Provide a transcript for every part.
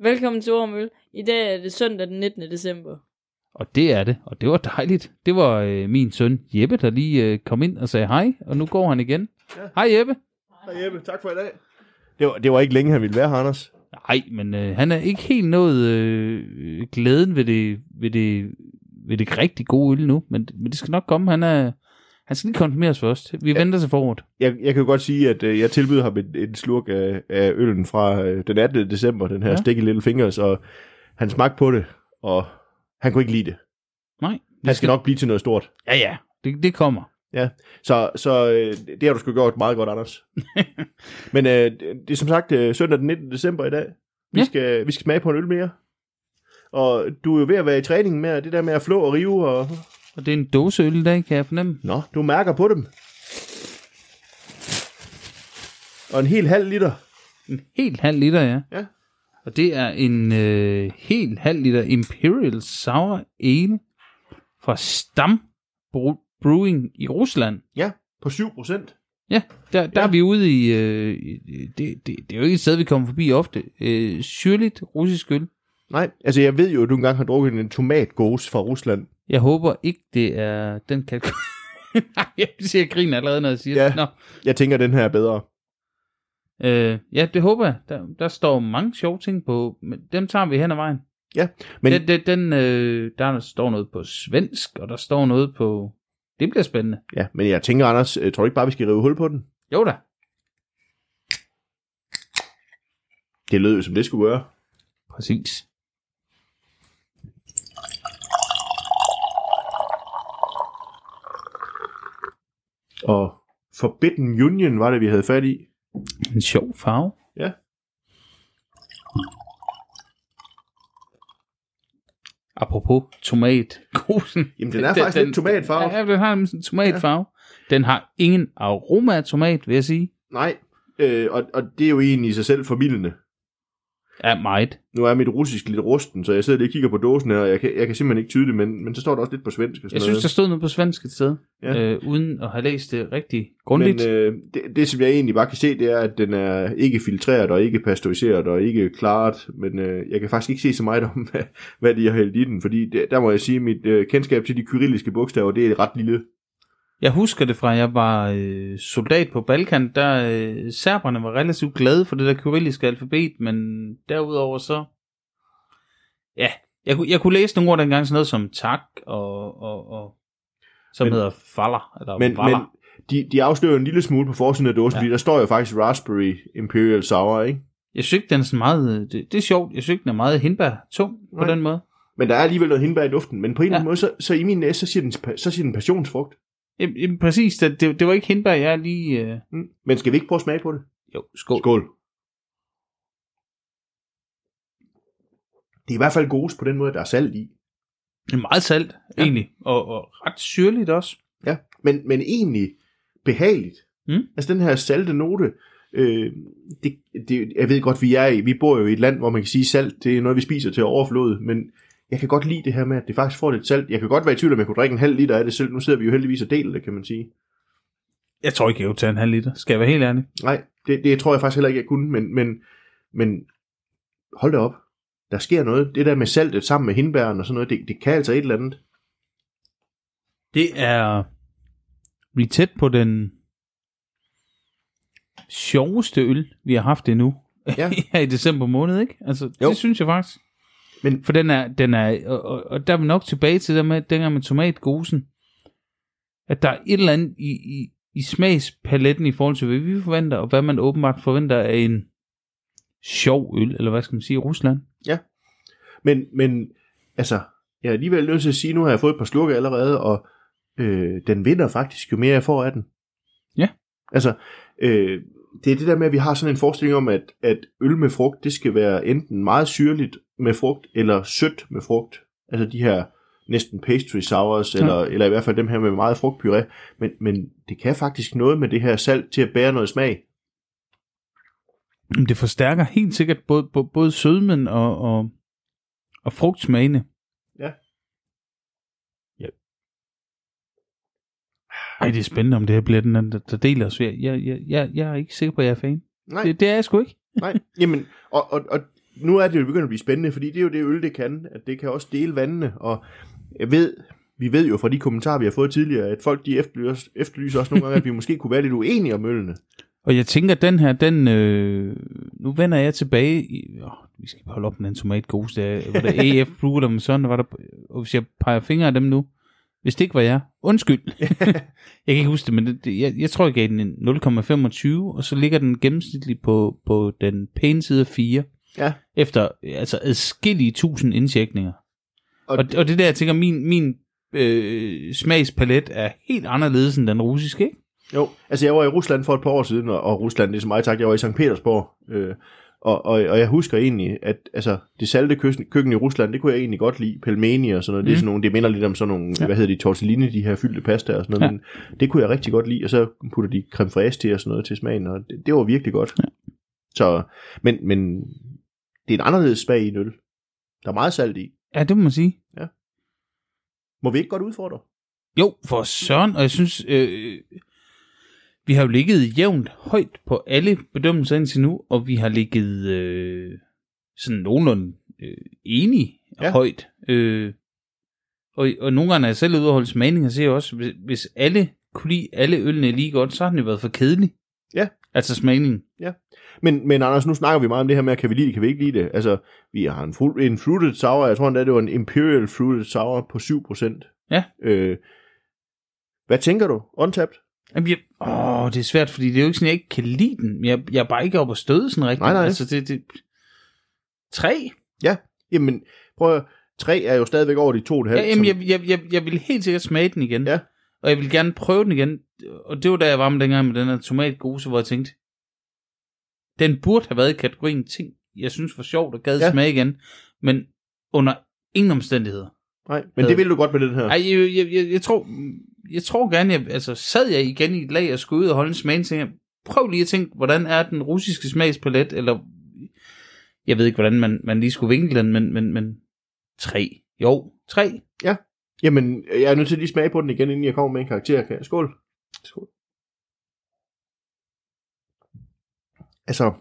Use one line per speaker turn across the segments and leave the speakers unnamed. Velkommen til Ormøl. I dag er det søndag den 19. december.
Og det er det, og det var dejligt. Det var øh, min søn Jeppe, der lige øh, kom ind og sagde hej, og nu går han igen. Ja. Hej Jeppe.
Hej Jeppe, tak for i dag. Det var, det var ikke længe, han ville være her, Anders.
Nej, men øh, han er ikke helt nået øh, glæden ved det, ved, det, ved det rigtig gode øl nu, men, men det skal nok komme. Han, er, han skal lige konfirmeres først. Vi ja. venter til foråret.
Jeg, jeg kan jo godt sige, at øh, jeg tilbyder ham en, en slurk af, af øllen fra øh, den 18. december, den her
Ja.
ja. Sticky Little Fingers, og han smagte på det, og han kunne ikke lide det.
Nej.
Han skal nok blive til noget stort.
Ja, ja. Det, det kommer.
Så, så øh, det har du sgu gjort meget godt, Anders. Men øh, det er som sagt øh, søndag den 19. december i dag.
Ja.
Vi, ja. skal, vi skal smage på en øl mere. Og du er jo ved at være i træning med det der med at flå og rive. Og...
Og det er en dåseøl i dag, kan jeg fornemme.
Nå, du mærker på dem. Og en hel halv liter.
En helt halv liter, ja.
Ja.
Og det er en øh, helt halv liter Imperial Sour Ale fra Stam Bru- Brewing i Rusland.
Ja, på 7 procent.
Ja, der, der ja.
Ja.
er vi ude i... Øh, i- det, det, det er jo ikke et sted, vi kommer forbi ofte. Øh, syrligt russisk øl.
Nej, altså jeg ved jo, at du engang har drukket en tomatgose fra Rusland.
Jeg håber ikke, det er den kategori... Nej, jeg siger, jeg griner allerede, når jeg siger
Ja.
det. Nå,
Jeg tænker, den her er bedre.
øh, ja, det håber jeg. Der, der står mange sjove ting på, men dem tager vi hen ad vejen.
Men
Men... Den, den, den øh, der står noget på svensk, og der står noget på... Det bliver spændende.
ja, men jeg tænker, Anders, øh, tror du ikke bare, vi skal rive hul på den?
Jo da.
Det lød jo, som det skulle gøre.
Præcis.
Og Forbidden Union var det, vi havde fat i.
En sjov farve.
Ja.
Apropos tomat. Kosen.
Jamen, den er faktisk lidt tomatfarvet.
Ja, den har nemlig sådan en tomatfarve. Ja. Den har ingen aroma af tomat, vil jeg sige.
Nej, øh, og, og det er jo egentlig i sig selv formidlende.
Ja, meget.
Nu er mit russisk lidt rusten, så jeg sidder lige og kigger på dåsen her, og jeg kan, jeg kan simpelthen ikke tyde det, men, men så står der også lidt på svensk og sådan
Jeg synes, der
noget.
stod noget på svensk et sted, ja.
Ja.
øh, uden at have læst det rigtig grundigt. Men,
Men
øh,
øh, det, det, som jeg egentlig bare kan se, det er, at den er ikke filtreret og ikke pasteuriseret og ikke klaret, men øh, jeg kan faktisk ikke se så meget om, hvad, hvad de har hældt i den, fordi det, der må jeg sige, at mit øh, kendskab til de kyrilliske bogstaver, det er ret lille.
jeg husker det fra, at jeg var øh, soldat på Balkan, der øh, serberne var relativt glade for det der kyrilliske alfabet, men derudover så... Ja, jeg, kunne- jeg kunne læse nogle ord dengang, sådan noget som tak og... og, og som
Men-
hedder faller, eller
Men, men
valler.
de, de afslører jo en lille smule på forsiden af dåsen,
Ja.
ja. fordi der står jo faktisk Raspberry Imperial Sour, ikke?
Jeg synes ikke, den er sådan meget... øh, Det, det er sjovt. Jeg synes ikke, den er meget hindbær-tung på
Nej.
den måde.
Men der er alligevel noget hindbær i duften, men på en eller
Ja.
anden måde, så, så i min næse, så siger den, så siger den passionsfrugt.
Jamen, jamen, præcis. Det, det, det var ikke hindbær, jeg lige... Øh...
Mm. Men skal vi ikke prøve at smage på det?
Jo, skål. skål.
Skål. Det er i hvert fald gode på den måde, der er salt i.
Det er meget salt, ja.
Ja.
egentlig. Og, og ret syrligt også.
Ja, men, men egentlig behageligt.
Mm.
Altså den her salte note, øh, det, det, jeg ved godt, vi er i, vi bor jo i et land, hvor man kan sige, salt, det er noget, vi spiser til overflod, men jeg kan godt lide det her med, at det faktisk får lidt salt. Jeg kan godt være i tvivl om, jeg kunne drikke en halv liter af det selv. Nu sidder vi jo heldigvis og deler det, kan man sige.
Jeg tror ikke, jeg vil tage en halv liter. Skal jeg være helt ærlig?
Nej, det, det tror jeg faktisk heller ikke, jeg kunne, men, men, men hold da op. Der sker noget. Det der med saltet sammen med hindbæren og sådan noget, det, det kan altså et eller andet.
Det er... Vi er tæt på den sjoveste øl, vi har haft endnu.
Ja.
her i december måned, ikke? Altså, jo.
Jo.
det synes jeg faktisk.
Men-
For den er, den er og, og, og der er vi nok tilbage til det med, dengang med tomatgosen, at der er et eller andet i, i, i smagspaletten i forhold til, hvad vi forventer, og hvad man åbenbart forventer af en sjov øl, eller hvad skal man sige, i Rusland.
Men, men altså, jeg er alligevel nødt til at sige, nu har jeg fået et par slukke allerede, og øh, den vinder faktisk, jo mere jeg får af den.
Ja.
Altså, øh, det er det der med, at vi har sådan en forestilling om, at, at øl med frugt, det skal være enten meget syrligt med frugt, eller sødt med frugt. Altså de her næsten pastry sours,
Ja.
ja. eller, eller i hvert fald dem her med meget frugtpuré. Men, men det kan faktisk noget med det her salt til at bære noget smag.
Jamen, Det forstærker helt sikkert både, både, både sødmen og, og, og frugtsmagene.
Ja.
ja. Ej, det er spændende, om det her bliver den anden, der, der deler os. Jeg, jeg, jeg, jeg er ikke sikker på, at jeg er fan.
Nej.
Det, det er jeg sgu ikke.
Nej, jamen, og, og, og nu er det jo begyndt at blive spændende, fordi det er jo det øl, det kan, at det kan også dele vandene, og jeg ved, vi ved jo fra de kommentarer, vi har fået tidligere, at folk de efterlyser, efterlyser også nogle gange, at vi måske kunne være lidt uenige om ølene.
Og jeg tænker, at den her, den... Øh, nu vender jeg tilbage i... Åh, vi skal holde op med den tomatgos der. Var der AF Blue eller sådan, var der... Og hvis jeg peger fingre af dem nu... Hvis det ikke var jeg, undskyld. jeg kan ikke huske det, men det, det- jeg, jeg tror, jeg gav den en 0,25, og så ligger den gennemsnitligt på, på den pæne side af 4,
Ja.
efter altså adskillige tusind indtjekninger. Og,
Og
og, og det der, jeg tænker, min, min øh, smagspalet er helt anderledes end den russiske, ikke?
Jo, altså jeg var i Rusland for et par år siden, og, og Rusland, det er så meget tak, jeg var i Sankt Petersborg, øh, og, og, og jeg husker egentlig, at altså, det salte køkken, køkken i Rusland, det kunne jeg egentlig godt lide, pelmeni og sådan noget, mm. det, er
Mm.
sådan nogle, det minder lidt om sådan nogle, ja. hvad hedder de, tortellini, de her fyldte pasta og sådan noget, ja. men det kunne jeg rigtig godt lide, og så putter de creme fraîche til og sådan noget til smagen, og det, det var virkelig godt. Ja. Så, men, men det er en anderledes smag i en øl. Der er meget salt i.
Ja, det må man sige.
Må vi ikke godt udfordre?
Jo, for søren, og jeg synes, øh, vi har jo ligget jævnt højt på alle bedømmelser indtil nu, og vi har ligget øh, sådan nogenlunde øh, enige
Ja.
ja. højt. Øh, og, og nogle gange er jeg selv ude og holde smagning og siger også, hvis, hvis alle kunne lide alle ølene lige godt, så har den jo været for kedelig.
Ja.
Altså smagningen.
Men, men Anders, nu snakker vi meget om det her med, kan vi lide det, kan vi ikke lide det? Altså, vi har en, fru- en fruited sour, jeg tror endda, det var en imperial fruited sour på 7%.
Ja.
Øh, hvad tænker du? Untapped?
Jamen, jeg, åh, det er svært, fordi det er jo ikke sådan, jeg ikke kan lide den. men Jeg, jeg er bare ikke oppe at støde sådan rigtigt.
Nej, nej.
Altså, det, det, tre?
Jamen, prøv at høre, 3 er jo stadigvæk over de 2,5.
Ja, jamen, jeg, jeg, jeg, jeg vil helt sikkert smage den igen.
Ja.
Og jeg vil gerne prøve den igen. Og det var da jeg var med dengang med den her tomatgose, hvor jeg tænkte, den burde have været i kategorien ting, jeg synes var sjovt og gad
Ja.
ja. smage igen. Men under ingen omstændigheder.
Nej, men det vil du godt med den her.
Øh. Ej, jeg, jeg, jeg, jeg tror... Jeg tror gerne, jeg, altså sad jeg igen i et lag og skulle ud og holde en smag, tænkte jeg, prøv lige at tænke, hvordan er den russiske smagspalet, eller jeg ved ikke, hvordan man, man lige skulle vinkle den, men, men, men tre. Jo, tre.
Jamen, jeg er nødt til at lige smage på den igen, inden jeg kommer med en karakter. Kan jeg? Skål. Skål. Altså,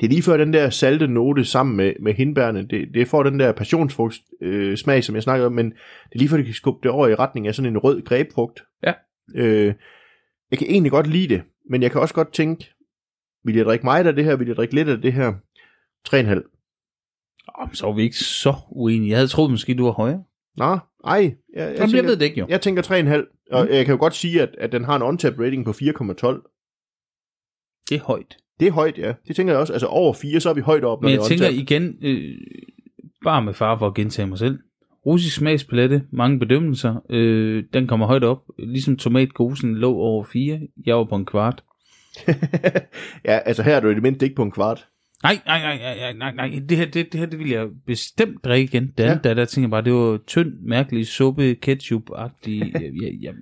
det er lige før den der salte note sammen med, med hindbærne, det, det får den der passionsfrugt øh, smag, som jeg snakkede om, men det er lige før, det kan skubbe det over i retning af sådan en rød grebfrugt.
Ja.
Øh, jeg kan egentlig godt lide det, men jeg kan også godt tænke, vil jeg drikke meget af det her, vil jeg drikke lidt af det her? 3,5.
Oh, så var vi ikke så uenige. Jeg havde troet måske, du var højere.
Nå, ej. Jeg, jeg,
Jeg, jeg
tænker-
ved det ikke, jo.
Jeg tænker 3,5,
Mm.
og jeg kan jo godt sige, at, at den har en untapped rating på 4,12.
Det er højt.
Det er højt, ja. Det tænker jeg også. Altså over 4, så er vi højt op, når
Men jeg
det er
tænker
untapped.
igen, øh, bare med far for at gentage mig selv. Russisk smagspalette, mange bedømmelser. Øh, den kommer højt op. Ligesom tomatgosen lå over 4. Jeg var på en kvart.
ja, altså her er du i det mindste ikke på en kvart.
Nej, nej, nej, nej, nej, nej, nej. Det her, det, det her, det vil jeg bestemt drikke igen. Det andet, ja.
Ja.
der, der tænker jeg bare, det var tynd, mærkelig suppe, ketchup-agtig. jeg, jeg, jeg,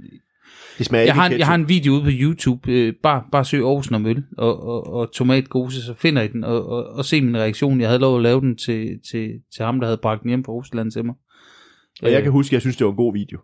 Det smager
jeg,
ikke
har en,
ketchup.
jeg har en video ude på YouTube. Øh, bare, bare søg Aarhusen om øl og, og, og tomatgose, så finder I den og, og, og se min reaktion. Jeg havde lov at lave den til, til, til ham, der havde bragt den hjem fra Rusland til mig. Øh,
Og jeg kan huske, at jeg synes, det var en god video.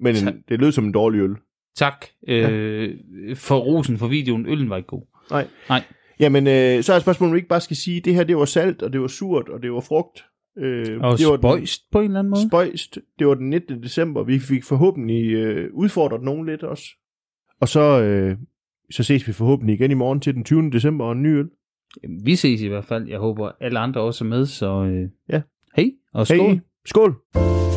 Men en, det lød som en dårlig øl.
Tak øh, for rosen for videoen. Øllen var ikke god.
Nej.
Nej.
Jamen, øh, så er spørgsmålet, om vi ikke bare skal sige, at det her det var salt, og det var surt, og det var frugt. Øh,
Og
det var den-
spøjst på en eller anden måde.
spøjst. Det var den 19. december. Vi fik forhåbentlig øh, udfordret nogen lidt også. Og så, øh, så ses vi forhåbentlig igen i morgen til den 20. december og en ny øl.
Jamen, Vi ses i hvert fald. Jeg håber, alle andre også er med. Så øh,
Ja.
hej og skål.
Hey, skål!